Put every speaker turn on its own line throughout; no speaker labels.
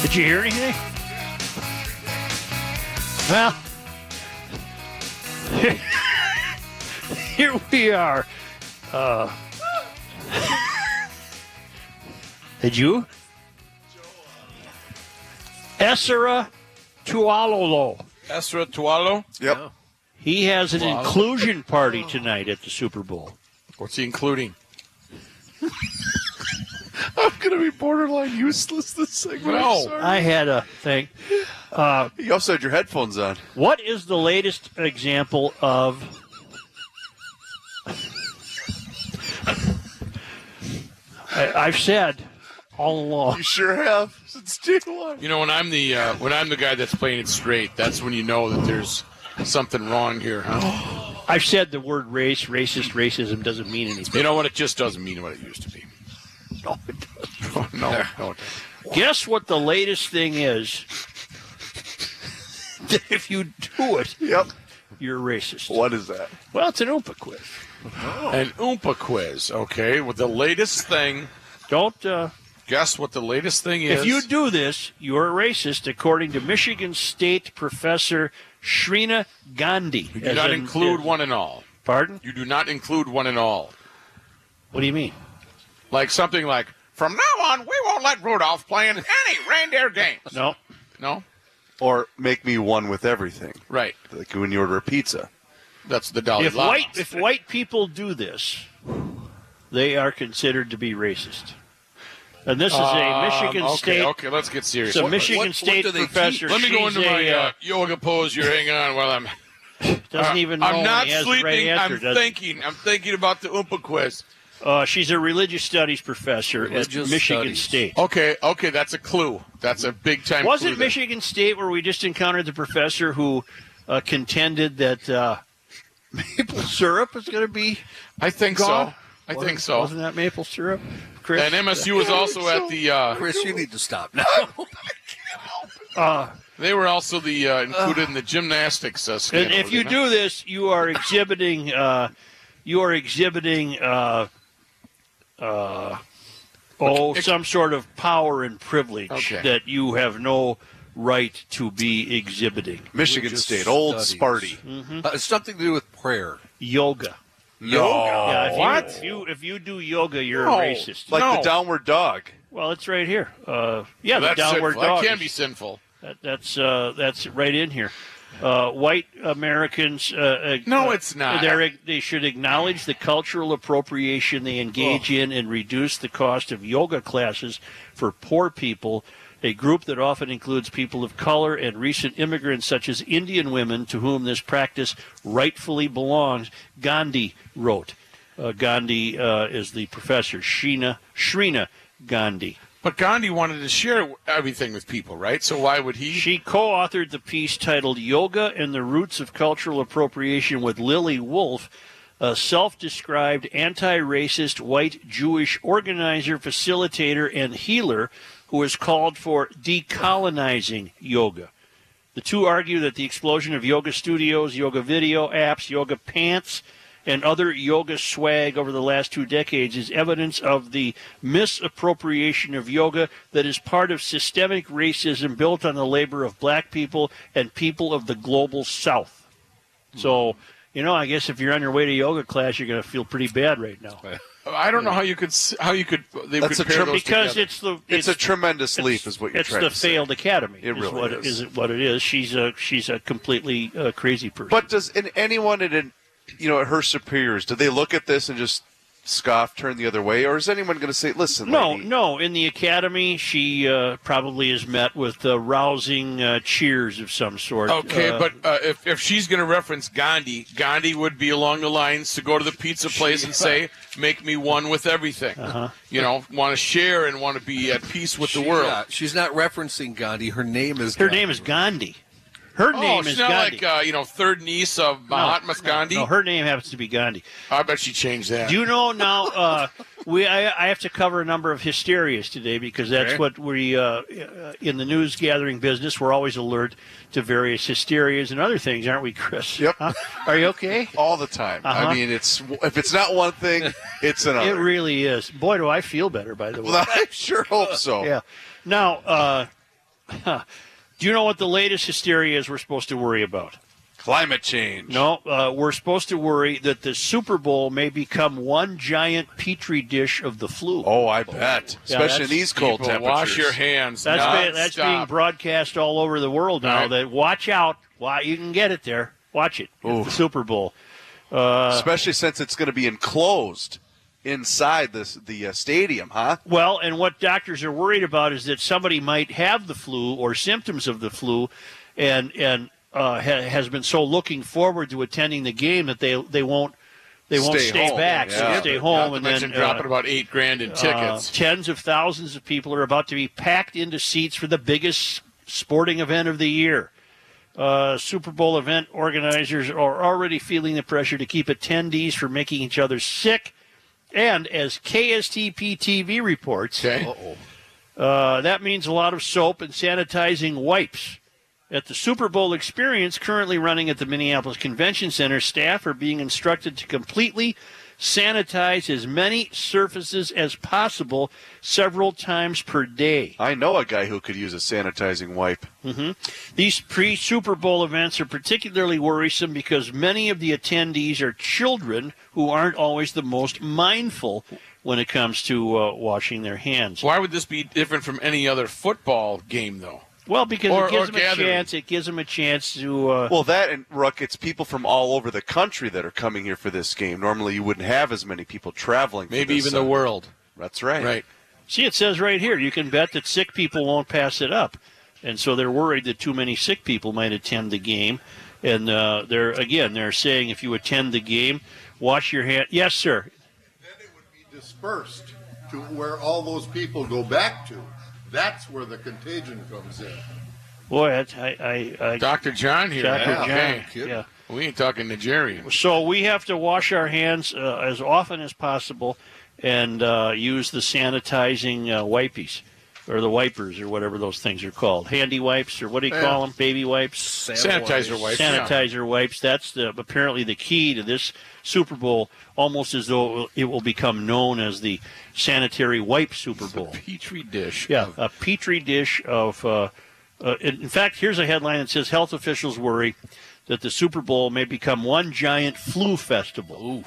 Did you hear anything? Well, here we are. Uh, did you? Essera Tualolo.
Ezra Tualo.
Yep.
He has an inclusion party tonight at the Super Bowl.
What's he including?
I'm gonna be borderline useless this segment. I'm
No.
sorry.
I had a thing.
You also had your headphones on.
What is the latest example of I, I've said all along.
You sure have since day one.
You know, when I'm the uh, when I'm the guy that's playing it straight, that's when you know that there's something wrong here. Huh?
I've said the word race, racist, racism doesn't mean anything.
You know what? It just doesn't mean what it used to be. No, it doesn't. no, no, it doesn't.
Guess what the latest thing is? That if you do it,
Yep.
you're racist.
What is that?
Well, it's an Oompa quiz.
An Oompa quiz. Okay, with the latest thing.
Don't. Uh,
Guess what the latest thing is?
If you do this, you're a racist, according to Michigan State professor Shrina Gandhi.
You do not include one and all.
Pardon?
You do not include one and all.
What do you mean?
Like something like, from now on, we won't let Rudolph play in any reindeer games.
No.
No?
Or make me one with everything,
Right.
like when you order a pizza.
That's the Dalai
If
Lama.
white if white people do this, they are considered to be racist. And this is a Michigan
Um, okay,
State.
Okay, let's get serious.
So Michigan State
do they
professor,
teach? Let me go
she's
into my
a,
uh,
uh,
yoga pose. You're hanging on while I'm.
Doesn't even know
I'm not
he has the
sleeping.
right answer.
I'm
does he?
thinking. I'm thinking about the Oompa quiz.
Uh, she's a religious studies professor at
Religious
Michigan
studies.
State.
Okay, okay, that's a clue. That's a big time.
Was
clue
it
there.
Michigan State where we just encountered the professor who uh, contended that uh, maple syrup is going to be
I think
gone?
so. I think so.
Wasn't that maple syrup, Chris?
And MSU was also at the. Uh,
Chris, you need to stop now.
Uh,
they were also the uh, included in the gymnastics. Uh,
and
scandal,
if you
wasn't it?
do this, you are exhibiting. Uh, you are exhibiting. Uh, uh, oh, some sort of power and privilege
Okay.
that you have no right to be exhibiting.
Michigan
Religious
State, old
studies.
Sparty.
Mm. Mm-hmm.
Uh, it's something to do with prayer.
Yoga.
No,
Yeah, if you-
what?
if you if you do yoga, you're
No.
a racist.
like
No.
the downward dog.
Well, it's right here. Uh, yeah, the
That's
downward
sinful.
dog.
That can be
is-
sinful.
that, that's uh, that's right in here. Uh, white Americans. Uh, uh,
No,
uh,
it's not.
They're, they should acknowledge the cultural appropriation they
Oh.
engage in and reduce the cost of yoga classes for poor people, a group that often includes people of color and recent immigrants such as Indian women to whom this practice rightfully belongs. Gandhi wrote. Uh, Gandhi uh, is the professor. Sheena Shrina Gandhi.
But Gandhi wanted to share everything with people, right? So why would he?
She co authored the piece titled Yoga and the Roots of Cultural Appropriation with Lily Wolf, a self described anti racist white Jewish organizer, facilitator, and healer who is called for decolonizing yoga. The two argue that the explosion of yoga studios, yoga video apps, yoga pants, and other yoga swag over the last two decades is evidence of the misappropriation of yoga that is part of systemic racism built on the labor of black people and people of the global south. So, you know, I guess if you're on your way to yoga class, you're going to feel pretty bad right now.
I don't know how you could s- how you could they
That's
would
a
pair
term
those
Because
together.
it's the
It's, a tremendous
it's-
leap, is what you're
it's
trying
the
to say.
failed academy.
It
is
really
what
is.
is it what it is. She's a she's a completely uh, crazy person.
But does and anyone in, an- you know, her superiors, do they look at this and just
scoff, turn the other way, or is anyone going to say, "Listen,
No,
lady,
no. In the academy, she uh, probably is met with uh, rousing uh, cheers of some sort.
Okay,
Uh,
but uh, if, if she's going to reference Gandhi, Gandhi would be along the lines to go to the pizza place and say, "Make me one with everything." You know, want to share and want to be at peace with the
She's
world.
not- she's not referencing Gandhi. Her name is.
uh, her
Gandhi.
name is Gandhi. Her
Oh,
name is
she's not
Gandhi.
like uh, you know third niece of Mahatma Gandhi.
no, her name happens to be Gandhi.
I bet she changed that.
Do you know now? Uh, we I, I have to cover a number of hysterias today because that's
Okay.
what we uh, in the news gathering business. We're always alert to various hysterias and other things, aren't we, Chris?
Yep.
Huh? Are you okay?
all the time."
Uh-huh.
I mean, it's if it's not one thing, it's
It
another.
really is. Boy, do I feel better. By the way.
Well, I sure hope
Oh.
so.
Yeah. Now, uh, do you know what the latest hysteria is we're supposed to worry about?
Climate change.
No, uh, we're supposed to worry that the Super Bowl may become one giant petri dish of the flu.
Oh, I bet, especially
Yeah, that's-
in these cold
People,
temperatures.
wash your hands.
that's be- that's
nonstop.
being broadcast all over the world now.
Right.
That watch out, why you can get it there. Watch it. It's the Super Bowl.
especially since it's going to be enclosed inside this the uh, stadium, huh?
Well, and what doctors are worried about is that somebody might have the flu or symptoms of the flu, and and uh, ha- has been so looking forward to attending the game that they they won't they won't
Stay
stay
home.
back,
Yeah.
so stay
Not
home,
to
and
mention
then
dropping
uh,
about eight grand in
uh,
tickets.
tens of thousands of people are about to be packed into seats for the biggest sporting event of the year. Uh, Super Bowl event organizers are already feeling the pressure to keep attendees from making each other sick. And as KSTP TV reports,
okay.
uh, that means a lot of soap and sanitizing wipes. At the Super Bowl experience currently running at the Minneapolis Convention Center, staff are being instructed to completely sanitize as many surfaces as possible several times per day.
I know a guy who could use a sanitizing wipe.
These pre Super Bowl events are particularly worrisome because many of the attendees are children who aren't always the most mindful when it comes to uh, washing their hands.
Why would this be different from any other football game, though?
Well, because
Or-
it gives
or
them a
gathering.
chance. It gives them a chance to. Uh,
Well, that and Rook, it's people from all over the country that are coming here for this game. Normally, you wouldn't have as many people traveling. for
Maybe
this,
even
uh,
the world.
That's right.
Right.
see, it says right here, you can bet that sick people won't pass it up, and so they're worried that too many sick people might attend the game, and uh, they're again they're saying if you attend the game, wash your hand. Yes, sir.
Then it would be dispersed to where all those people go back to. That's where the contagion comes in.
Boy, I, I, I, I
Dr. John here.
Dr.
Yeah, okay.
John, yeah.
We ain't talking Nigerian.
So we have to wash our hands uh, as often as possible and uh, use the sanitizing uh, wipies or the wipers or whatever those things are called. Handy wipes or what do you call them? Baby wipes?
Sanitizer wipes. yeah.
Sanitizer wipes. That's the, apparently the key to this Super Bowl, almost as though it will become known as the sanitary wipe Super Bowl.
Petri dish.
Yeah, uh, a petri dish of. Uh, uh, in in fact, here's a headline that says health officials worry that the Super Bowl may become one giant flu festival.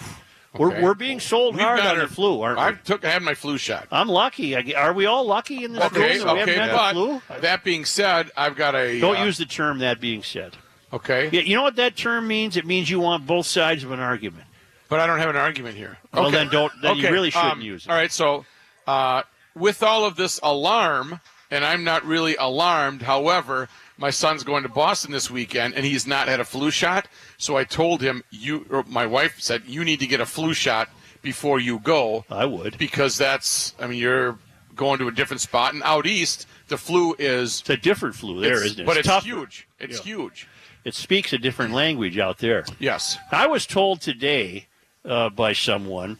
We're,
okay.
we're being sold
We've
hard
got
on
our-
the flu, aren't we?
I took. I had my flu shot.
I'm lucky. I, are we all lucky in this
Okay.
room that we haven't
Okay.
had the
But
flu?
that being said, I've got a.
Don't
uh,
use the term. That being said,
Okay.
yeah, you know what that term means? It means you want both sides of an argument.
But I don't have an argument here.
Well, then don't. Then
Okay,
you really shouldn't
um,
use it.
All right. So, uh, with all of this alarm, and I'm not really alarmed. However, my son's going to Boston this weekend, and he's not had a flu shot. So I told him, you. Or my wife said you need to get a flu shot before you go,
I would.
because that's. I mean, you're going to a different spot, and out east, the flu is.
It's a different flu there,
it's-
not it?
But it's
tougher.
huge. It's
Yeah.
huge.
It speaks a different language out there.
Yes.
I was told today uh, by someone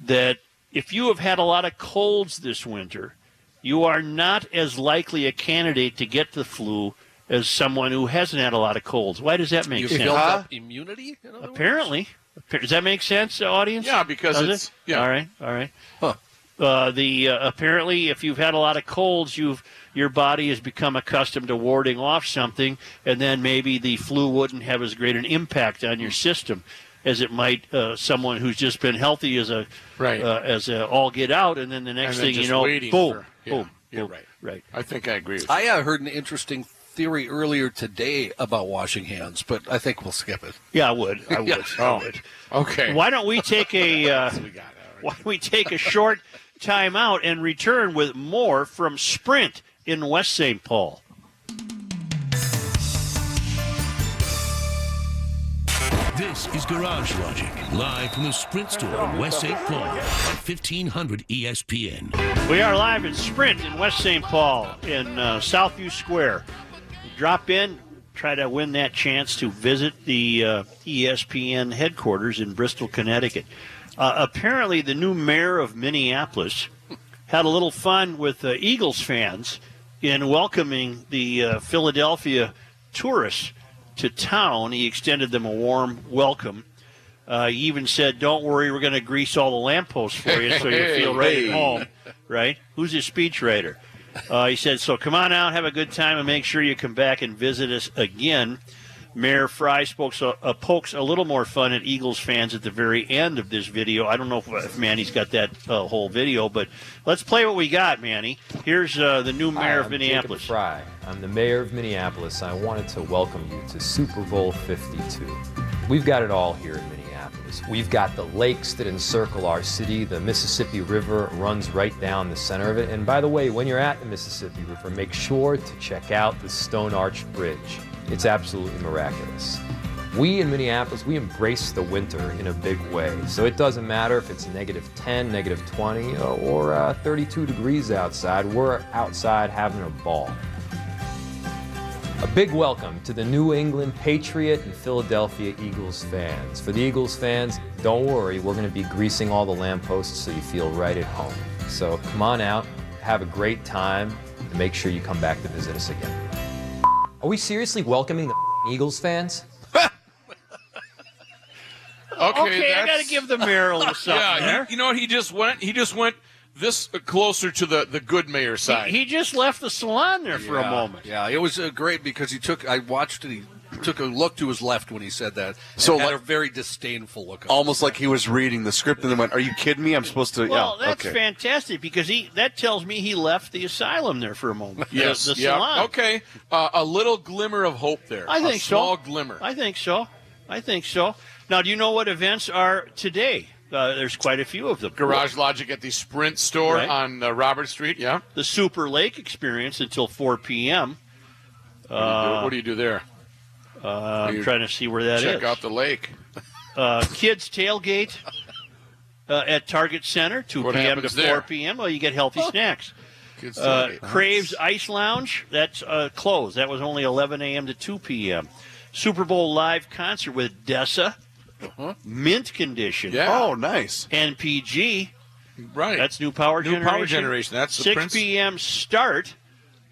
that if you have had a lot of colds this winter, you are not as likely a candidate to get the flu as someone who hasn't had a lot of colds. Why does that make
You
sense?
build
Huh?
up immunity. in other words?
Apparently. Does that make sense, audience?
Yeah, because
Does
it's-
it?
yeah.
All right, all right.
Huh.
Uh, the uh, apparently, if you've had a lot of colds, you've your body has become accustomed to warding off something, and then maybe the flu wouldn't have as great an impact on your system as it might uh, someone who's just been healthy as a
Right.
uh, as a all get out, and then the
And
next
then
thing you
just
know, boom,
waiting for- yeah,
boom,
you're
boom,
right.
right.
I think I agree with you.
I uh, heard an interesting theory earlier today about washing hands, but I think we'll skip it.
Yeah, I would, I would,
Oh.
Yeah.
I would.
Okay.
Why don't we take a? Uh,
We got it. All right.
Why don't we take a short time out and return with more from Sprint in West St. Paul?
This is Garage Logic, live from the Sprint store in West St. Paul at E 1500 ESPN.
We are live at Sprint in West St. Paul in uh, Southview Square. Drop in, try to win that chance to visit the uh, ESPN headquarters in Bristol, Connecticut. Uh, apparently, the new mayor of Minneapolis had a little fun with uh, Eagles fans in welcoming the uh, Philadelphia tourists to town. He extended them a warm welcome. Uh, he even said, "Don't worry, we're going to grease all the lampposts for you, so you feel right at home." Right? Who's his speechwriter? Uh, he said, "So come on out, have a good time, and make sure you come back and visit us again." Mayor Fry spoke so, uh, pokes a little more fun at Eagles fans at the very end of this video. I don't know if, if Manny's got that uh, whole video, but let's play what we got, Manny. Here's uh, the new mayor of
I'm
Minneapolis.
Jacob Fry. I'm the mayor of Minneapolis. I wanted to welcome you to Super Bowl 52. We've got it all here in Minneapolis. We've got the lakes that encircle our city. The Mississippi River runs right down the center of it. And by the way, when you're at the Mississippi River, make sure to check out the Stone Arch Bridge. It's absolutely miraculous. We in Minneapolis, we embrace the winter in a big way. So it doesn't matter if it's negative 10, negative 20, uh, or uh, 32 degrees outside. We're outside having a ball. A big welcome to the New England Patriot and Philadelphia Eagles fans. For the Eagles fans, don't worry, we're going to be greasing all the lampposts so you feel right at home. So come on out, have a great time, and make sure you come back to visit us again. Are we seriously welcoming the Eagles fans?
Okay,
Okay, I
that's-
got to give the mayor a little something
Yeah, he-
there.
you know what? He just went. He just went this closer to the the good mayor side.
He just left the salon there for a moment.
Yeah, it was uh, great because he took. I watched it. He took a look to his left when he said that.
So Oh.
So had
like-
a very disdainful look. on
Almost like he was reading the script and then went, "Are you kidding me? I'm supposed to."
Well,
yeah,
that's
okay.
fantastic because he that tells me he left the asylum there for a moment. The-
yes.
the,
yeah.
salon.
Okay. Uh, a little glimmer of hope there.
I think
a small
so.
glimmer.
I think so. I think so. Now, do you know what events are today? Uh, there's quite a few of them.
Garage Logic at the Sprint store
Right.
on uh, Robert Street. Yeah.
The Super Lake Experience until 4 p.m.
what do you do there?
Uh, I'm
You
trying to see where that is.
Check out the lake.
uh, kids tailgate uh, at Target Center, 2
What
p.m. to 4
happens there?
p.m. Well, you get healthy snacks.
Kids
Uh,
tailgate.
Craves Ice Lounge, that's uh, closed. That was only 11 a.m. to 2 p.m. Super Bowl live concert with Dessa, Mint Condition,
Uh-huh. Yeah.
Oh, nice.
NPG.
right.
That's new power
New
generation.
Power Generation, that's the
6
Prince-
p.m. start.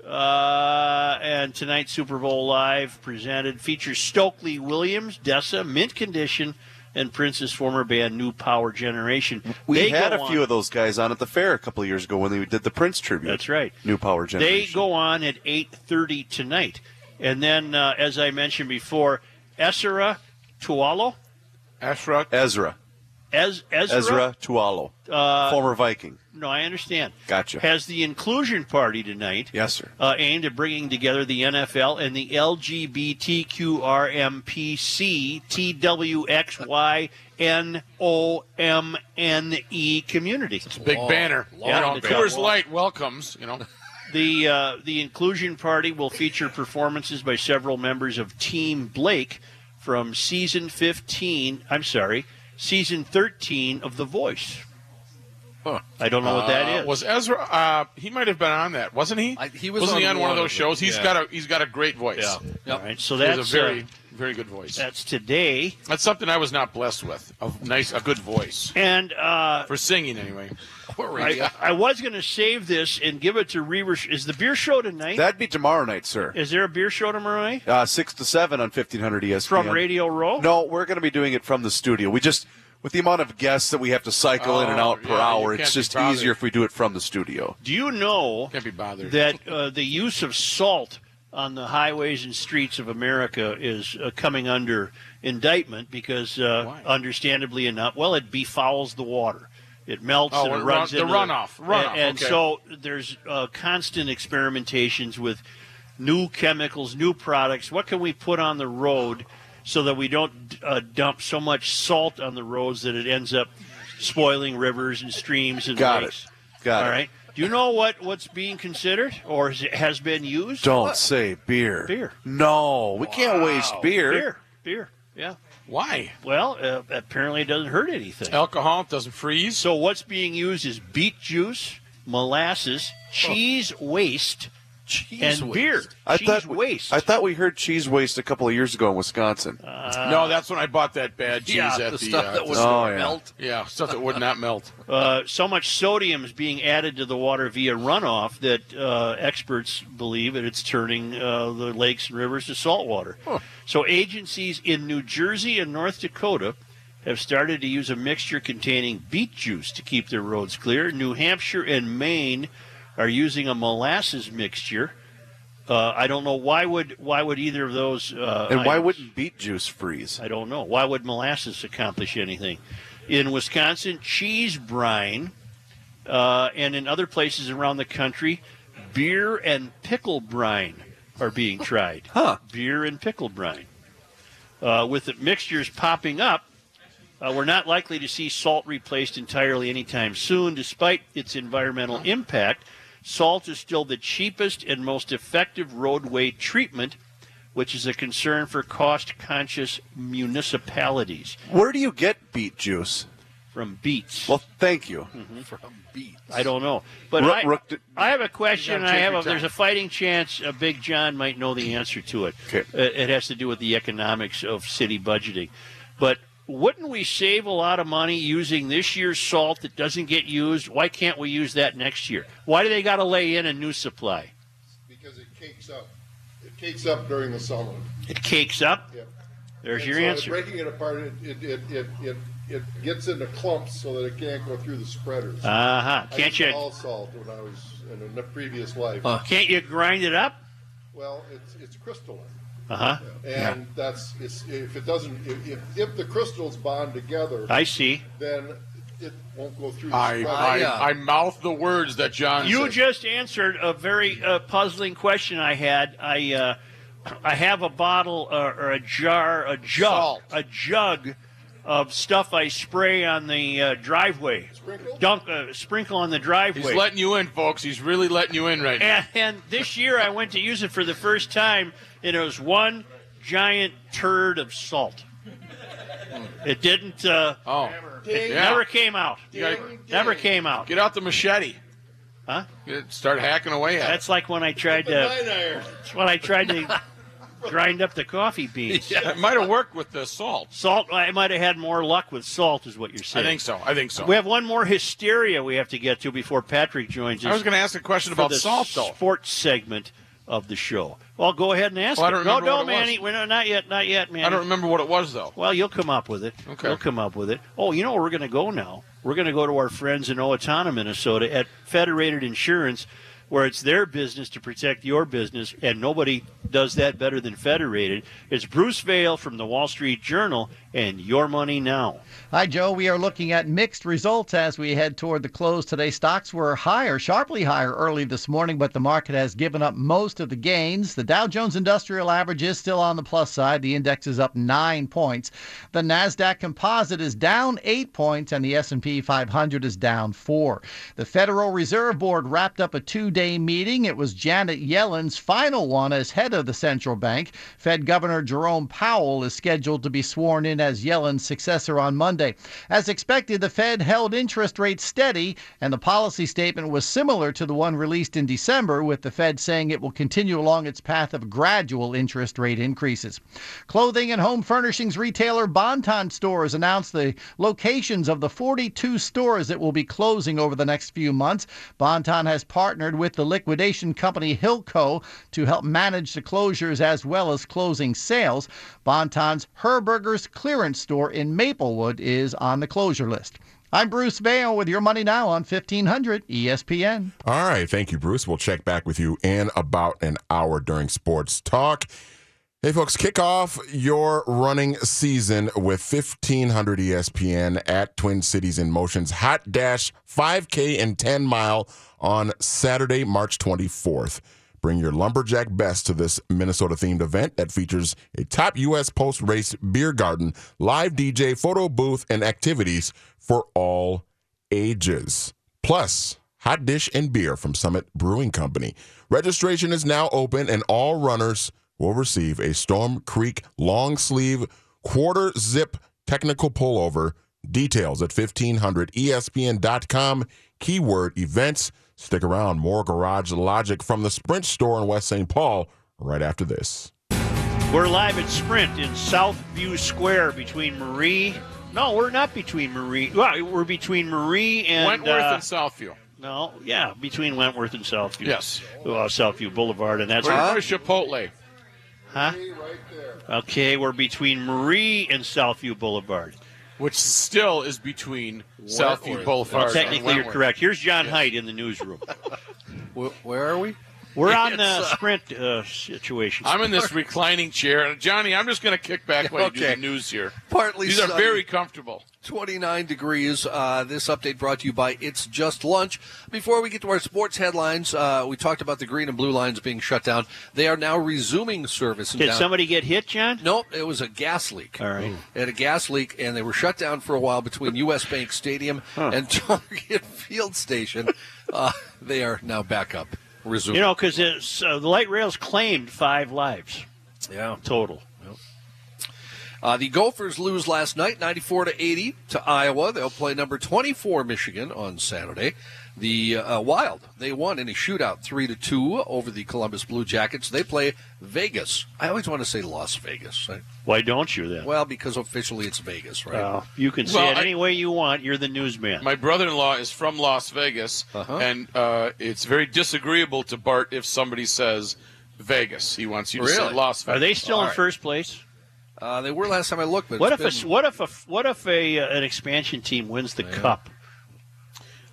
Uh, and tonight's Super Bowl Live presented features Stokely Williams, Dessa, Mint Condition, and Prince's former band New Power Generation.
We
They
had
go
a few
on-
of those guys on at the fair a couple of years ago when they did the Prince tribute.
That's right.
New Power
They
Generation.
go on at 8:30 tonight, and then uh, as I mentioned before, Esra Tualo,
Ashrock.
Ezra.
Ez, Ezra,
Ezra Tualo, former Viking.
No, I understand.
Gotcha.
Has the inclusion party tonight.
Yes, sir.
uh, aimed at bringing together the NFL and the LGBTQRMPCTWXYNOMNE E community.
Big banner.
Yeah,
you know,
it's
Coors
got-
Light welcomes. You know.
The uh, the inclusion party will feature performances by several members of Team Blake from season 15. I'm sorry, season 13 of The Voice.
Huh.
I don't know what that
Uh,
is.
Was Ezra? Uh, he might have been on that, wasn't he?
I- he was
Wasn't
on
he on one,
one
of
of
those
them,
shows? He's
yeah.
got a he's got a great voice.
Yeah.
All right, so
He has
that's
a very
uh,
very good voice.
that's today,
That's something I was not blessed with. A nice, a good voice
and uh,
for singing, anyway.
it.
I, I was going to save this and give it to Reavers. Is the beer show tonight?
That'd be tomorrow night, sir.
Is there a beer show tomorrow night
Uh, six to seven on fifteen hundred E ESPN.
from Radio Row?
No, we're going to be doing it from the studio. We just, with the amount of guests that we have to cycle in and
Oh,
out per
yeah, you
hour,
can't
it's
be
just
bothered.
easier if we do it from the studio.
Do you know
Can't be bothered.
that uh, the use of salt on the highways and streets of America is uh, coming under indictment because, uh,
Why?
understandably enough, well, it befouls the water. It melts
Oh,
and it
the
runs
run- the
into
runoff, runoff,
And, and
okay.
so there's uh, constant experimentations with new chemicals, new products. What can we put on the road so that we don't uh, dump so much salt on the roads that it ends up spoiling rivers and streams and
Got
lakes.
it. Got it.
All right. Do you know what, what's being considered or is- has been used?
Don't say beer.
Beer.
No, we can't waste beer.
Beer. Beer. Yeah.
Why?
Well, uh, apparently it doesn't hurt anything.
Oh.
Alcohol doesn't freeze.
So what's being used is beet juice,
Oh.
molasses, cheese waste, and beer.
I
cheese
thought we,
waste. Uh,
I thought we heard cheese waste a couple of years ago in Wisconsin.
no, that's when I bought that bad cheese
yeah,
at
the
the,
stuff
uh,
that was
Oh, yeah.
melt.
yeah stuff that would not melt.
Uh, so much sodium is being added to the water via runoff that uh, experts believe that it's turning uh, the lakes and rivers to saltwater. So agencies in New Jersey and North Dakota have started to use a mixture containing beet juice to keep their roads clear. New Hampshire and Maine are using a molasses mixture. Uh, I don't know why would why would either of those uh,
and why
items-
wouldn't beet juice freeze?
I don't know. Why would molasses accomplish anything? In Wisconsin, cheese brine, uh, and in other places around the country, beer and pickle brine are being tried. Huh. Beer and pickle brine. Uh, with the mixtures popping up, uh, we're not likely to see salt replaced entirely anytime soon, despite its environmental impact. Salt is still the cheapest and most effective roadway treatment, which is a concern for cost conscious municipalities
Where do you get beet juice?
from beets.
Well, thank you.
I don't know. But
Rook-
I,
Rook did-
I have a question.
You
and
gotta
I
take
have
your
a, there's
time.
a fighting chance uh, Big John might know the answer to it.
Okay.
Uh, It, has to do with the economics of city budgeting. But wouldn't we save a lot of money using this year's salt that doesn't get used? Why can't we use that next year? Why do they got to lay in a new supply?
because it cakes up. It cakes up during the summer.
It cakes up.
Yep.
There's
And
your
so
answer.
Breaking it apart, it, it, it, it, it, it gets into clumps so that it can't go through the spreaders.
Uh huh.
I used
Can't
to
you? Uh.
all salt when I was in a previous life.
Can't you grind it up?
Well, it's it's crystalline,
Uh huh.
and that's it's, if it doesn't if, if, if the crystals bond together,
I see.
then it won't go through. The
I
spreader.
I,
yeah.
I mouth the words that John
You
said.
just answered a very uh, puzzling question I had. I uh, I have a bottle uh, or a jar, a jug,
Salt.
a jug of stuff I spray on the uh, driveway.
Sprinkle?
Dunk, uh, sprinkle on the
He's
driveway.
letting you in, folks. He's really letting you in right now.
and, and this year I went to use it for the first time, and it was one giant turd of salt. It didn't. Uh,
Oh,
it
Yeah.
never came out.
you gotta
Never came out.
get out the machete.
Huh?
Get- Start hacking away at it.
That's like when I tried to.
Nine iron.
That's when I tried to grind up the coffee beans.
That might have worked with the salt.
Salt, I might have had more luck with salt, is what you're
I
saying.
think so. I think so.
We have one more hysteria we have to get to before Patrick joins us.
I was going to ask a question
for
about
the
salt, though.
Sports segment of the show. Well, go ahead and ask.
Well, Oh, I
it.
don't remember
no,
what
no,
it
Manny.
was.
We're not, not yet, not yet, Manny.
I don't remember what it was, though.
Well, you'll come up with it.
Okay.
You'll come up with it. Oh, you know where we're going to go now? We're going to go to our friends in Owatonna, Minnesota at Federated Insurance, where it's their business to protect your business, and nobody does that better than Federated. It's Bruce Vail from the Wall Street Journal and Your Money Now.
Hi, Joe. We are looking at mixed results as we head toward the close today. Stocks were higher, sharply higher early this morning, but the market has given up most of the gains. The Dow Jones Industrial Average is still on the plus side. The index is up nine points. The Nasdaq Composite is down eight points, and the S&P 500 is down four. The Federal Reserve Board wrapped up a two-day meeting. It was Janet Yellen's final one as head of the central bank. Fed Governor Jerome Powell is scheduled to be sworn in as Yellen's successor on Monday. As expected, the Fed held interest rates steady, and the policy statement was similar to the one released in December, with the Fed saying it will continue along its path of gradual interest rate increases. Clothing and home furnishings retailer Bonton Stores announced the locations of the 42 stores it will be closing over the next few months. Bonton has partnered with the liquidation company Hilco to help manage the closures as well as closing sales. Bonton's Herberger's clearance store in Maplewood is on the closure list. I'm Bruce Vail with your money now on E 1500 ESPN.
All right. Thank you, Bruce. We'll check back with you in about an hour during Sports Talk. Hey, folks, kick off your running season with E 1500 ESPN at Twin Cities in Motion's Hot Dash 5K and 10 Mile on Saturday, March 24th. Bring your lumberjack best to this Minnesota themed event that features a top U.S. post race beer garden, live DJ, photo booth, and activities for all ages. Plus, hot dish and beer from Summit Brewing Company. Registration is now open, and all runners will receive a Storm Creek long sleeve quarter zip technical pullover. Details at E 1500ESPN.com. Keyword events. Stick around. More Garage Logic from the Sprint store in West St. Paul right after this.
We're live at Sprint in Southview Square between Marie. No, we're not between Marie. Well, we're between Marie and
Wentworth
uh,
and Southview.
No, yeah, between Wentworth and Southview.
Yes.
Well, Southview Boulevard, and that's
Where's my Chipotle?
Huh? Okay, we're between Marie and Southview Boulevard.
Which still is between Southview Boulevard.
Well,
and
technically, you're
Wentworth.
correct. Here's John Height in the newsroom.
Where, where are we?
We're on the
It's, uh,
sprint uh, situation.
I'm in this reclining chair, and Johnny, I'm just going to kick back while you do
Okay.
the news here.
Partly
these are
uh,
sunny.
very comfortable.
29 degrees. Uh, this update brought to you by It's Just Lunch. Before we get to our sports headlines, uh, we talked about the green and blue lines being shut down. They are now resuming service. in
Did
down-
somebody get hit, John?
Nope, it was a gas leak.
All right.
They had a gas leak, and they were shut down for a while between U.S. Bank Stadium and Target Field Station. Uh, they are now back up. Resume.
You know, because uh, the light rails claimed five lives
yeah.
total.
Uh, the Gophers lose last night, 94 to 80 to Iowa. They'll play number 24 Michigan on Saturday. The uh, Wild they won in a shootout, three to two over the Columbus Blue Jackets. They play Vegas. I always want to say Las Vegas. right?
Why don't you then?
Well, because officially it's Vegas, right?
Well, you can say
Well,
it
I-
any way you want. You're the newsman.
My brother-in-law is from Las Vegas,
Uh-huh.
and uh, it's very disagreeable to Bart if somebody says Vegas. He wants you to say
Really?
Las Vegas.
Are they still
All
in
right.
first place?
Uh, they were last time I looked. But
What if,
it's
a, s-
been-
what if a what if a uh, an expansion team wins the cup?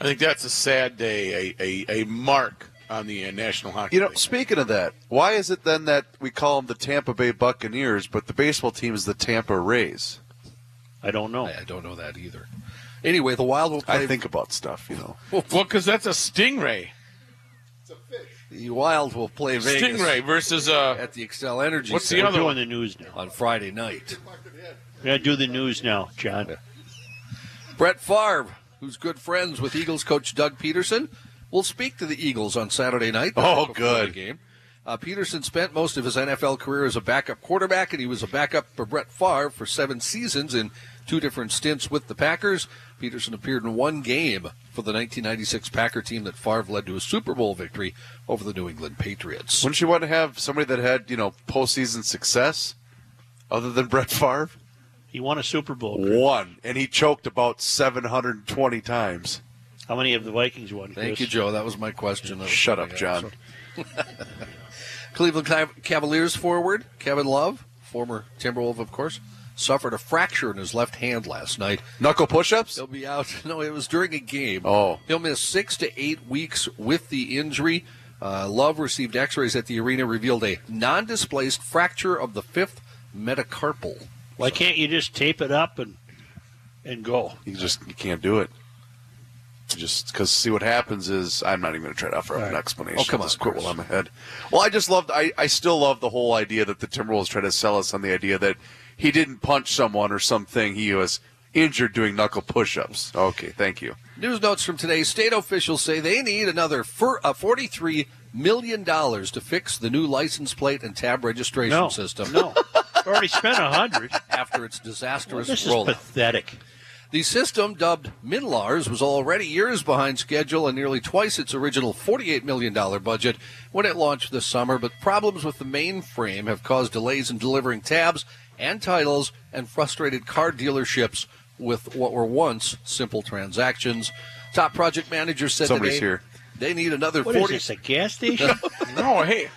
I think that's a sad day, a, a, a mark on the uh, National Hockey
You know,
League.
speaking of that, why is it then that we call them the Tampa Bay Buccaneers, but the baseball team is the Tampa Rays?
I don't know.
I don't know that either. Anyway, the Wild will play.
I think about stuff, you know.
Well, because that's a stingray.
The Wild will play Vegas
Stingray versus uh,
at the Excel Energy.
What's the
Center
We're
other
doing
one?
the news now.
on Friday night?
We're gonna do the news now, John.
Brett Favre, who's good friends with Eagles coach Doug Peterson, will speak to the Eagles on Saturday night. the
Oh,
night before the
good.
game. Uh, Peterson spent most of his NFL career as a backup quarterback, and he was a backup for Brett Favre for seven seasons in two different stints with the Packers. Peterson appeared in one game for the 1996 Packer team that Favre led to a Super Bowl victory over the New England Patriots.
Wouldn't you want to have somebody that had, you know, postseason success other than Brett Favre?
He won a Super Bowl. Chris.
One. And he choked about 720 times.
How many of the Vikings won?
Thank
Chris?
you, Joe. That was my question. That was
Shut
coming
up, John.
Cleveland Cav- Cavaliers forward Kevin Love, former Timberwolf, of course, suffered a fracture in his left hand last night.
Knuckle push ups?
He'll be out. No, it was during a game.
Oh.
He'll miss six to eight weeks with the injury. Uh, Love received x rays at the arena, revealed a non displaced fracture of the fifth metacarpal.
Why can't you just tape it up and and go?
You just you can't do it. You Just because see what happens is I'm not even going to try to offer up an explanation.
Oh, come
I'll just
on,
quit
Chris.
while I'm ahead. Well, I just loved. I, I still love the whole idea that the Timberwolves try to sell us on the idea that he didn't punch someone or something. He was injured doing knuckle push-ups. Okay, thank you.
News notes from today: State officials say they need another fir- uh, forty-three million dollars to fix the new license plate and tab registration
No,
system
no. Already spent a hundred.
after its disastrous
This is
rollout.
pathetic.
The system, dubbed MinLars, was already years behind schedule and nearly twice its original $48 million budget when it launched this summer, but problems with the mainframe have caused delays in delivering tabs and titles and frustrated car dealerships with what were once simple transactions. Top project manager said
Somebody's
today
here.
they need another
What is
40
this? A gas station?
no, hey,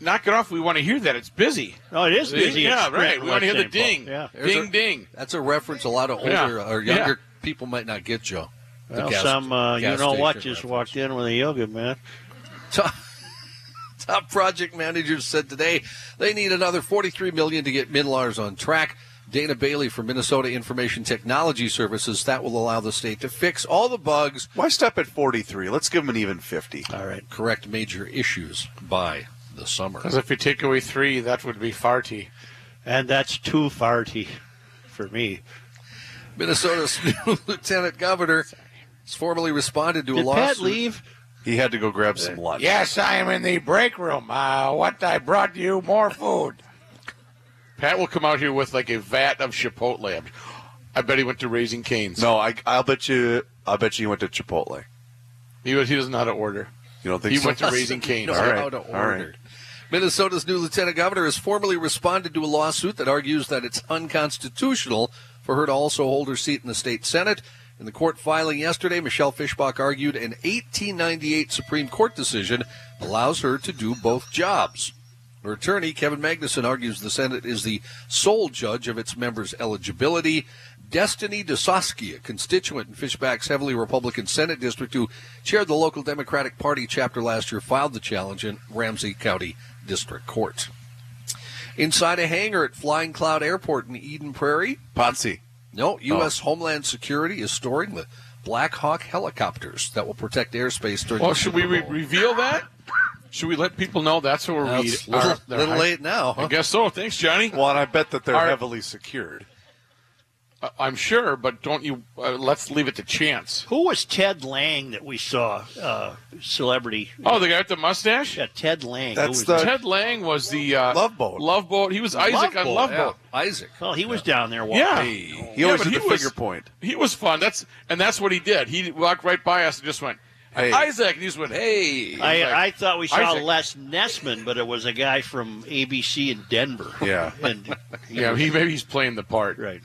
knock it off. We want to hear that. It's busy.
Oh,
No, it is busy. at
Yeah,
Sprint
right.
in
We want to
West
hear the
St. Paul.
ding.
Yeah.
There's
Ding,
a-
ding.
That's a reference a lot of older
Yeah,
or younger people might not get, Joe. The
Well,
gas-
some uh, you
gas
know what
station
just
reference.
walked in with a yoga man.
Top, top project managers said today they need another 43 million to get Minlars on track. Dana Bailey from Minnesota Information Technology Services. That will allow the state to fix all the bugs.
Why stop at 43? Let's give them an even 50.
All right. Correct major issues by the summer.
Because if you take away three, that would be farty.
And that's too farty for me.
Minnesota's new lieutenant governor has formally responded to a
Did Pat
lawsuit.
leave?
He had to go grab some lunch.
Yes, I am in the break room. Uh, what I brought you more food. Pat will come out here with like a vat of Chipotle. I bet he went to Raising Canes.
No, I, I'll bet you. I'll bet you he went to Chipotle.
He, was- he doesn't know how to order.
You don't think
He
so?
went to Raising Cane's.
All right.
how to
all
order.
right.
Minnesota's new lieutenant governor has formally responded to a lawsuit that argues that it's unconstitutional for her to also hold her seat in the state senate. In the court filing yesterday, Michelle Fishbach argued an 1898 Supreme Court decision allows her to do both jobs. Her attorney, Kevin Magnuson, argues the Senate is the sole judge of its members' eligibility. Destiny DeSoski, a constituent in Fishback's heavily Republican Senate district who chaired the local Democratic Party chapter last year, filed the challenge in Ramsey County District Court. Inside a hangar at Flying Cloud Airport in Eden Prairie,
Potsy.
no, U.S. Homeland Security is storing the Black Hawk helicopters that will protect airspace during
Well,
the
should
Super
we re-
Bowl.
reveal that? Should we let people know that's where we
That's little-
are? they're
little
hi-
late now, huh?
I guess so. Thanks, Johnny.
Well, and I bet that they're
All right.
heavily secured.
Uh, I'm sure, but don't you? Uh, let's leave it to chance.
Who was Ted Lang that we saw? Uh, celebrity.
Oh, the guy with the mustache.
Yeah, Ted Lang. Who
That's
was
the-
that?
Ted Lang was the uh,
Love Boat.
Love Boat. He was Isaac on Love
yeah.
Boat.
Isaac.
Well, he was down there. Walking.
Yeah,
He always
but
did the
was-
finger point.
He was fun. That's and that's what he did. He walked right by us and just went,
Hey.
Isaac. And he just went, hey.
I,
Like,
I thought we saw
Isaac.
Les Nessman, but it was a guy from ABC in Denver.
Yeah.
And
yeah. He maybe he's playing the part.
right.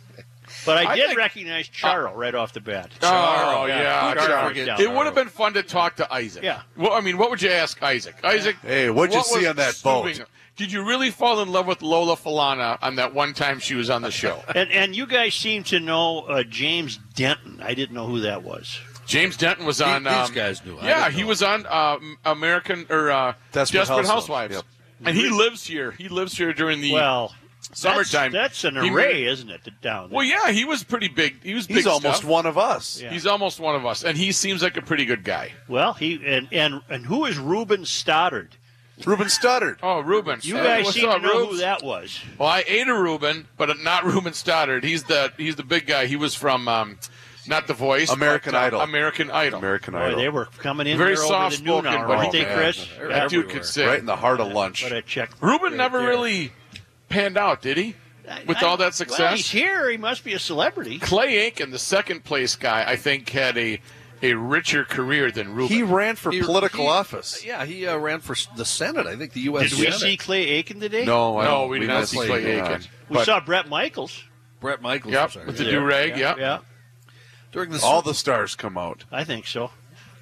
But I
I
did
think-
recognize Charo right off the bat.
Oh
Charo,
yeah,
yeah. Who could
Charo.
forget
It would have been fun to talk to Isaac.
Yeah.
Well, I mean, what would you ask Isaac? Isaac.
Hey, what'd you
what
see
was
on that
Snooping-
boat?
Did you really fall in love with Lola Falana on that one time she was on the show?
And and you guys seem to know uh, James Denton. I didn't know who that was.
James Denton was on.
these
um,
guys knew. I
Yeah,
didn't
he
know.
was on uh, M- American or uh,
Desperate
Desperate,
Housewives,
Housewives,
yep.
and he lives here. He lives here during the
Well,
summertime.
That's, that's an
He
array,
made-
isn't it? that Down there.
well, yeah, he was pretty big. He was.
He's
big
almost
stuff.
one of us.
Yeah.
He's almost one of us, and he seems like a pretty good guy.
Well, he and and and who is Ruben Stoddard?
Ruben Studdard.
Oh, Ruben!
You
Hey,
guys
what's
seem
up,
to know
Rubes?
who that was.
Well, I ate a Ruben, but not Ruben Stoddard. He's the he's the big guy. He was from um, not The Voice,
American
but, uh,
Idol.
American Idol.
American
Boy,
Idol.
they were coming in
Very
there over the noon
soft-spoken,
hour,
but
weren't
he-
they,
man,
Chris?
they're
That dude
everywhere.
could sing.
right in the heart of lunch.
But I checked.
Ruben
right
never
there.
really panned out, did he?
I-
With
I-
all that
Well, he's
success,
here. He must be a celebrity.
Clay Aiken, the second place guy, I think had a a richer career than Ruben.
He ran for
He-
political
he-
office.
Yeah, he uh, ran for s- the Senate. I think the U.S.
Did we
Senate.
see Clay Aiken today?
No, I
no,
don't-
we did not
missed
see
Clay
Clay
Aiken.
Aiken.
We saw Brett Michaels.
Brett Michaels? I'm
Yep,
sorry.
with the do rag. Yep.
Yeah,
During the
All the stars come out.
I think so.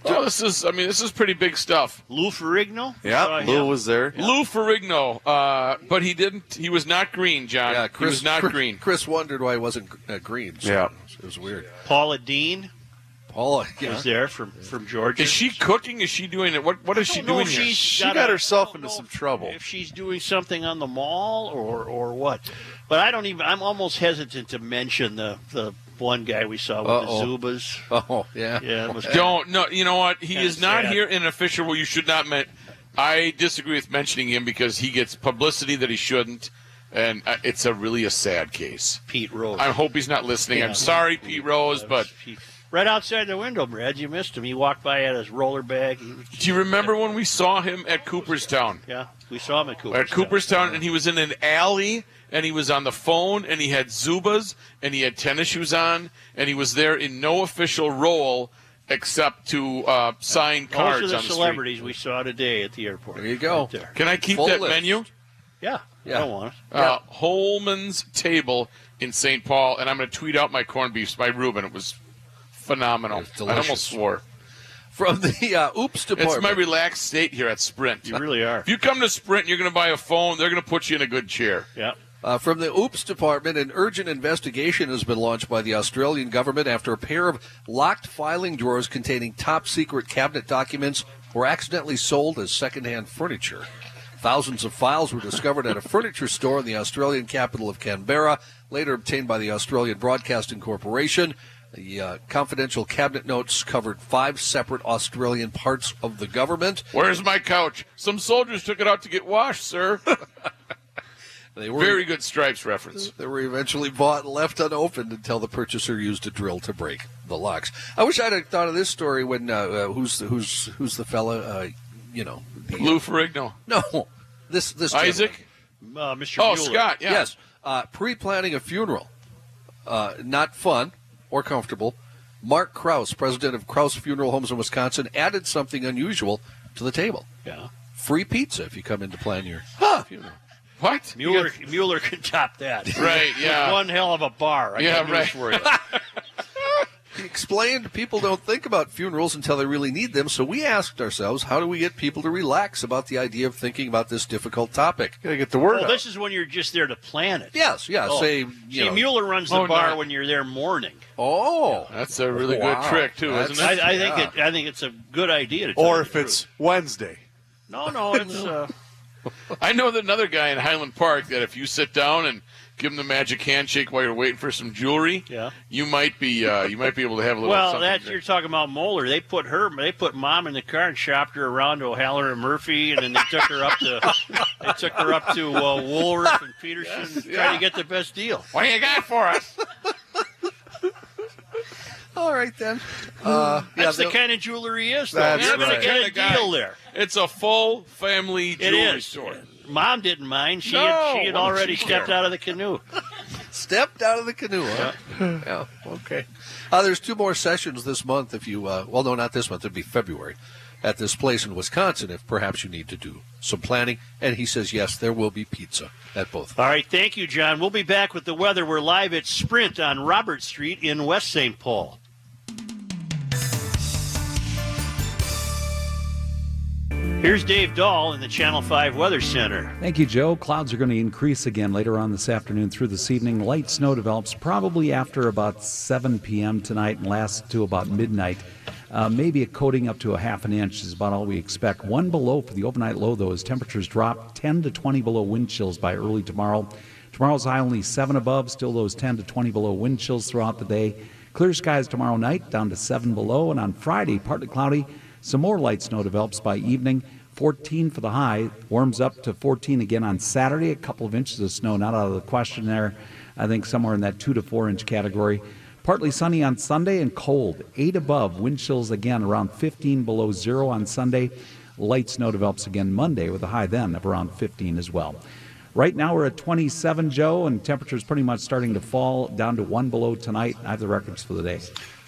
Oh, this is. I mean, this is pretty big stuff.
Lou Ferrigno.
Yeah,
Saw
Lou
him.
was there.
Lou Ferrigno, uh, but he didn't. He was not green, John.
yeah, Chris
he was not
Chris-
green.
Chris wondered why he wasn't gr- uh, green. so
Yeah.
it was, it was weird.
Paula Dean
Paula, yeah.
was there from from Georgia.
Is she cooking? Is she doing it? What What is
I
she
don't know
doing
if
here?
she's
She
got,
got
a-
herself
I don't
into
know
some
if-
trouble.
If she's doing something on the mall or or what, but I don't even. I'm almost hesitant to mention the the one guy we saw with
Uh-oh.
the Zubas.
Oh, yeah.
Yeah, it was
Don't no. You know what? He
Kinda
is not
sad.
here in an official role. You should not. Men- I disagree with mentioning him because he gets publicity that he shouldn't, and uh, it's a really a sad case.
Pete Rose.
I hope he's not listening.
Yeah.
I'm sorry, Pete Rose, but
He- right outside the window, Brad. You missed him. He walked by at his roller bag. He,
do you remember when we saw him at Cooperstown?
yeah, we saw him at Cooperstown.
At Cooperstown, and he was in an alley, and he was on the phone, and he had Zubas, and he had tennis shoes on, and he was there in no official role except to uh, sign cards
Those are the
on the street.
celebrities we saw today at the airport.
There you go.
Right there.
Can I keep
Full
that
list.
menu?
Yeah,
Yeah.
I don't want it.
Uh, Holman's Table in St. Paul, and I'm going to tweet out my corned beefs by Ruben. It was phenomenal.
It was
I
delicious.
almost swore.
From the uh, Oops
It's
department.
my relaxed state here at Sprint.
You really are.
If you come to Sprint, and you're going to buy a phone. They're going to put you in a good chair.
Yeah.
Uh, from the Oops Department, an urgent investigation has been launched by the Australian government after a pair of locked filing drawers containing top secret cabinet documents were accidentally sold as secondhand furniture. Thousands of files were discovered at a furniture store in the Australian capital of Canberra. later obtained by the Australian Broadcasting Corporation. The uh, confidential cabinet notes covered five separate Australian parts of the government.
Where's my couch? Some soldiers took it out to get washed, sir.
They were
Very good stripes reference.
They were eventually bought and left unopened until the purchaser used a drill to break the locks. I wish I'd have thought of this story when uh, uh, who's who's who's the fella? Uh, you know, the,
Lou Ferrigno.
No, this this
Isaac? Oh,
Uh, Mr.
gentleman.
Mueller.
Yes, uh, pre-planning a funeral, uh, not fun or comfortable. Mark Kraus, president of Kraus Funeral Homes in Wisconsin, added something unusual to the table.
Yeah.
Free pizza if you come in to plan your funeral.
What?
Mueller, Mueller can top that.
Right,
With
yeah.
one hell of a bar. I
Yeah,
got news
right.
for you.
He explained people don't think about funerals until they really need them, so we asked ourselves, how do we get people to relax about the idea of thinking about this difficult topic?
Gotta get the
well, this is when you're just there to plan it. Oh.
Yes, yeah, say, you
see,
know-
Mueller runs the
Oh,
bar
no.
when you're there mourning.
Oh,
that's a really good Wow. trick, too, isn't it?
I, I think
Yeah.
it, I think it's a good idea to. tell
Or
you
if
the
it's Wednesday.
truth. no, no, it's uh,
I know that another guy in Highland Park that if you sit down and give him the magic handshake while you're waiting for some jewelry,
Yeah.
you might be uh, you might be able to have a little.
well.
something
That
there.
you're talking about Moeller. They put her, they put mom in the car and shopped her around to O'Halloran and Murphy, and then they took her up to, they took her up to uh, Woolworth and Peterson, trying to get the best deal.
What do you got for us?
All right, then. Uh, yeah,
That's
they'll-
the kind of jewelry he is. Though. you're going to get a deal there.
It's a full family
It
jewelry
is.
store.
Mom didn't mind. She
No,
had, she had
what did
already
she
stepped
care?
out of the canoe.
Stepped out of the canoe. Huh? Yeah. Okay. Uh, there's two more sessions this month. If you, uh, well, no, not this month. It'd be February, at this place in Wisconsin. If perhaps you need to do some planning, and he says yes, there will be pizza at both.
All right, thank you, John. We'll be back with the weather. We're live at Sprint on Robert Street in West St. Paul. Here's Dave Dahl in the Channel 5 Weather Center.
Thank you, Joe. Clouds are going to increase again later on this afternoon through this evening. Light snow develops probably after about 7 p.m. tonight and lasts to about midnight. Uh, maybe a coating up to a half an inch is about all we expect. One below for the overnight low, though, as temperatures drop 10 to 20 below wind chills by early tomorrow. Tomorrow's high only 7 above, still those 10 to 20 below wind chills throughout the day. Clear skies tomorrow night, down to 7 below, and on Friday, partly cloudy. Some more light snow develops by evening. 14 for the high, warms up to 14 again on Saturday. A couple of inches of snow, not out of the question there. I think somewhere in that 2 to 4 inch category. Partly sunny on Sunday and cold, 8 above. Wind chills again around 15 below zero on Sunday. Light snow develops again Monday with a high then of around 15 as well. Right now we're at 27, Joe, and temperatures pretty much starting to fall down to 1 below tonight. I have the records for the day.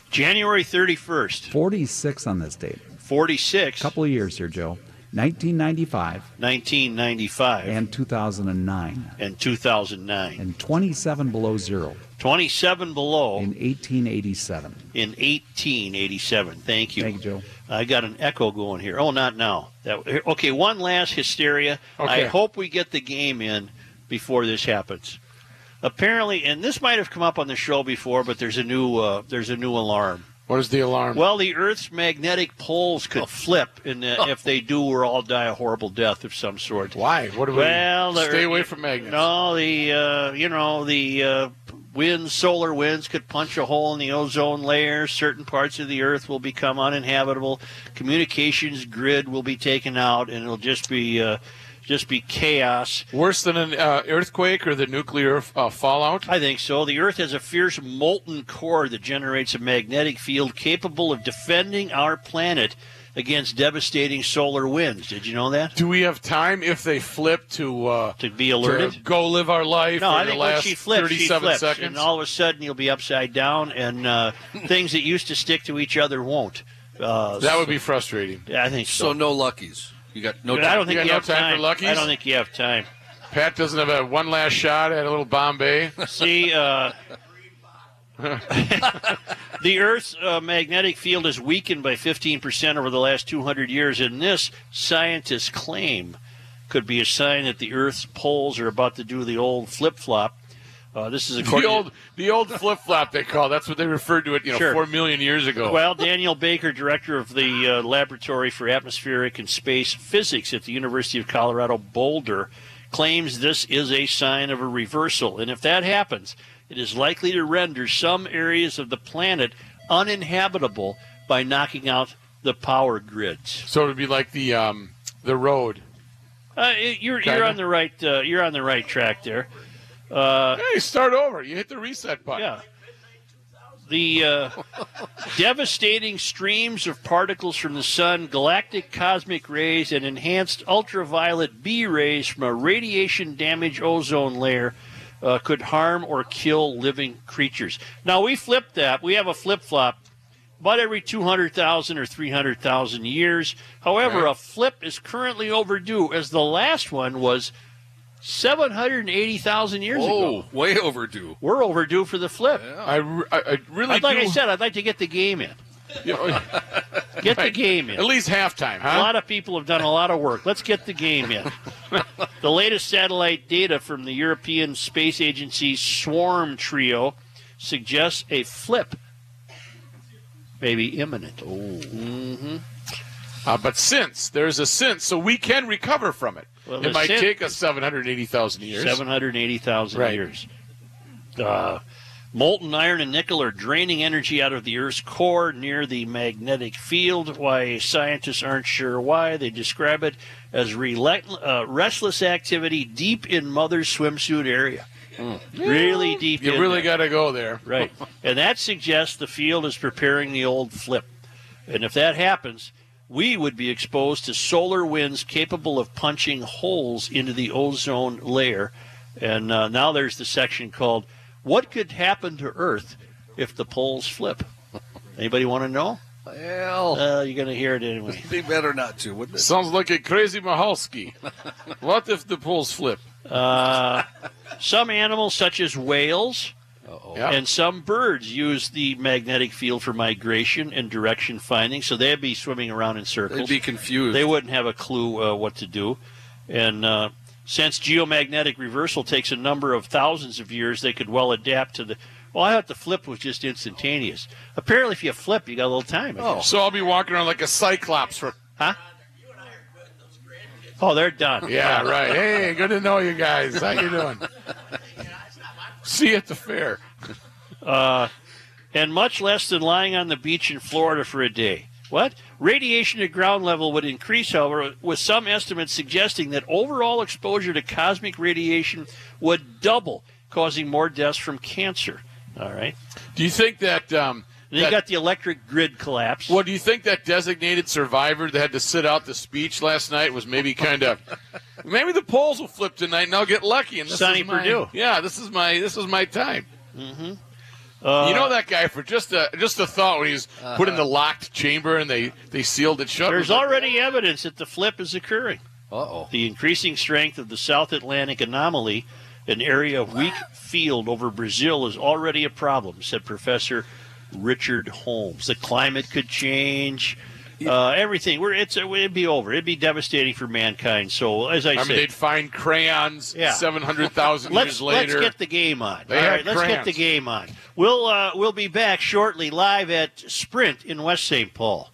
January 31st,
46 on this date.
46.
Couple of years here, Joe. 1995
1995
and 2009
and 2009.
and 27 below zero
27 below
in 1887.
in 1887. Thank you.
Thank you, Joe.
I got an echo going here. Oh, not now. That, okay, one last hysteria.
Okay.
I hope we get the game in before this happens. Apparently, and this might have come up on the show before, but there's a new uh, there's a new alarm.
What is the alarm?
Well, the Earth's magnetic poles could flip, and uh, if they do, we'll all die a horrible death of some sort.
Why? What do we-
well, the
Stay
Earth-
away from magnets.
No, the uh, you know the uh, winds, solar winds, could punch a hole in the ozone layer. Certain parts of the Earth will become uninhabitable. Communications grid will be taken out, and it'll just be uh, just be chaos.
Worse than an uh, earthquake or the nuclear uh, fallout?
I think so. The Earth has a fierce molten core that generates a magnetic field capable of defending our planet against devastating solar winds. Did you know that?
Do we have time if they flip to uh,
to be alerted?
go live our life?
No,
in
I
the
think when
last
she flips, she
thirty-seven
flips,
seconds.
and all of a sudden you'll be upside down, and uh, things that used to stick to each other won't. Uh,
That would be frustrating.
Yeah, I think so.
So no luckies. You got no.
But I don't think
You
you,
got no
have
time
time.
for luckies?
I don't think you have time.
Pat doesn't have a one last shot at a little Bombay.
See, uh, the Earth's uh, magnetic field is weakened by 15% over the last 200 years, and this, scientists claim, could be a sign that the Earth's poles are about to do the old flip flop. Uh, this is
the
according to-
old, the old flip flop they call. That's what they referred to it. You know,
Sure.
four million years ago.
Well, Daniel Baker, director of the uh, Laboratory for Atmospheric and Space Physics at the University of Colorado Boulder, claims this is a sign of a reversal. And if that happens, it is likely to render some areas of the planet uninhabitable by knocking out the power grids.
So it would be like the um, the road.
Uh, you're you're
Kinda.
on the right uh, you're on the right track there. Uh,
hey, start over. You hit the reset button.
Yeah. The uh, devastating streams of particles from the sun, galactic cosmic rays, and enhanced ultraviolet B rays from a radiation damaged ozone layer uh, could harm or kill living creatures. Now, we flip that. We have a flip flop about every 200,000 or 300,000 years. However, a flip is currently overdue, as the last one was 780,000 years ago.
Oh, way overdue.
We're overdue for the flip.
I, I really
I'd- like
do-
I said, I'd like to get the game in. get the game in.
At least halftime, huh?
A lot of people have done a lot of work. Let's get the game in. the latest satellite data from the European Space Agency's Swarm Trio suggests a flip may be imminent. Oh. Mm-hmm.
Uh, but since there's a since, so we can recover from it.
Well,
it
the
might
sin-
take us 780,000 years.
780,000
Right.
years. Uh, molten iron and nickel are draining energy out of the Earth's core near the magnetic field. Why scientists aren't sure why. They describe it as relent- uh, restless activity deep in mother's swimsuit area. Really deep.
Hmm. You
in
really
there.
got to go there.
Right. And that suggests the field is preparing the old flip. And if that happens, we would be exposed to solar winds capable of punching holes into the ozone layer. And uh, now there's the section called What Could Happen to Earth If the Poles Flip? Anybody want to know?
Well,
uh, you're going to hear it anyway.
Be better not to, wouldn't it?
Sounds like a crazy Mahalski. what if the poles flip?
Uh, some animals, such as whales,
Yeah.
and some birds, use the magnetic field for migration and direction finding. So they'd be swimming around in circles.
They'd be confused.
They wouldn't have a clue uh, what to do. And uh, since geomagnetic reversal takes a number of thousands of years, they could well adapt to the. Well, I thought the flip was just instantaneous. Apparently, if you flip, you got a little time. I guess.
So I'll be walking around like a cyclops for.
Huh? Oh, they're done.
Yeah, right. Hey, good to know you guys. How you doing? See you at the fair.
Uh, and much less than lying on the beach in Florida for a day. What? Radiation at ground level would increase, however, with some estimates suggesting that overall exposure to cosmic radiation would double, causing more deaths from cancer. All right.
Do you think that? Um,
Then you got the electric grid collapse.
Well, do you think that designated survivor that had to sit out the speech last night was maybe kind of? maybe the polls will flip tonight, and I'll get lucky. And this
Sonny
is my,
Perdue.
Yeah, this is my this is my time.
Mm-hmm.
you know that guy for just a just a thought when he's put in the locked chamber and they they sealed it shut.
Uh-huh. There's
It was like,
already evidence that the flip is occurring.
Uh-oh.
The increasing strength of the South Atlantic anomaly, an area of weak field over Brazil, is already a problem, said Professor Richard Holmes. The climate could change. Uh, everything. We're, it's, it'd be over. It'd be devastating for mankind. So, as I,
I mean,
said,
they'd find crayons
Yeah.
seven hundred thousand
Let's-
years later.
Let's get the game on.
They
All
had
right, let's get
crayons.
the game on. We'll uh, we'll be back shortly, live at Sprint in West St. Paul.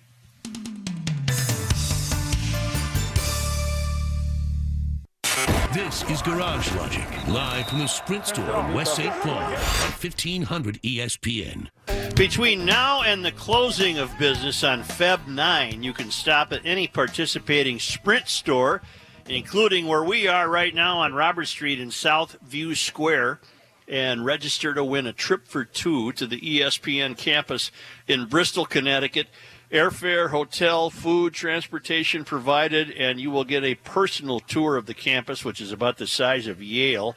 This is Garage Logic, live from the Sprint Store in West St. Paul at E 1500 ESPN.
Between now and the closing of business on Feb 9, you can stop at any participating Sprint store, including where we are right now on Robert Street in Southview Square, and register to win a trip for two to the E ESPN campus in Bristol, Connecticut. Airfare, hotel, food, transportation provided, and you will get a personal tour of the campus, which is about the size of Yale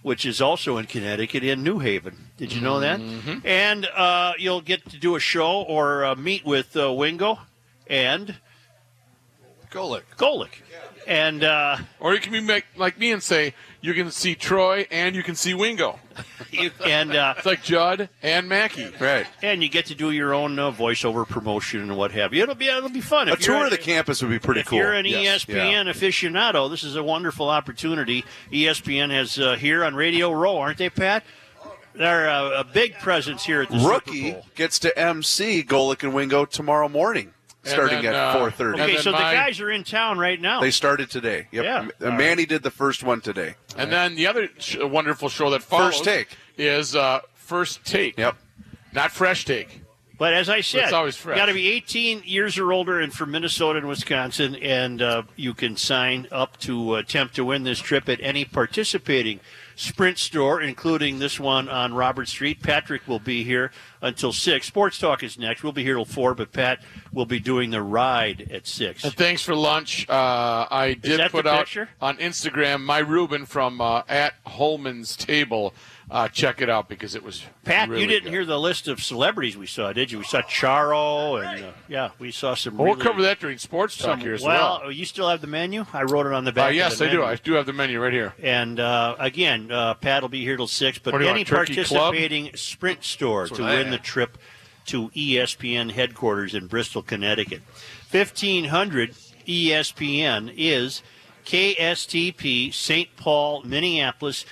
which is also in Connecticut in New Haven. Did you know that?
Mm-hmm.
And uh, you'll get to do a show or uh, meet with uh, Wingo and
Golick.
Golick. And uh,
or you can be make, like me and say you can see Troy and you can see Wingo.
and uh,
it's like Judd and Mackey. Right.
And you get to do your own uh, voiceover promotion and what have you. It'll be it'll be fun.
A
If you're
tour of
an-
the campus would be pretty
if
cool.
you're an E
Yes.
ESPN aficionado, this is a wonderful opportunity. ESPN has uh, here on Radio Row, aren't they, Pat? They're uh, a big presence here at the Super
Rookie
Bowl.
gets to MC Golick and Wingo tomorrow morning. starting
then,
at
uh,
4:30.
Okay, so the guys are in town right now.
They started today. Yep.
Yeah.
M- Manny did the first one today.
And then the other sh- uh, wonderful show that follows
First Take.
is uh, First Take. Yep. Not Fresh Take.
But as I said,
it's always fresh.
got to be 18 years or older and from Minnesota and Wisconsin, and uh, you can sign up to attempt to win this trip at any participating Sprint store, including this one on Robert Street. Patrick will be here until 6. Sports Talk is next. We'll be here till 4, but Pat will be doing the ride at 6.
And thanks for lunch. Uh, I did
that
put
the
out
picture?
on Instagram my Ruben from uh, at Holman's Table. Uh, check it out because it was
Pat,
really
you didn't
good.
hear the list of celebrities we saw, did you? We saw Charo, and uh, yeah, we saw some.
Well, we'll
really-
cover that during sports talk here as
well,
well.
you still have the menu? I wrote it on the
Uh,
back. of
yes,
the
I do.
menu.
I do have the menu right here.
And uh, again, uh, Pat will be here till six. But
What do you
any
want, Turkey Club?
participating Sprint store
That's
to
what I
win the
had.
trip to E ESPN headquarters in Bristol, Connecticut. Fifteen hundred E ESPN is KSTP St. Paul, Minneapolis.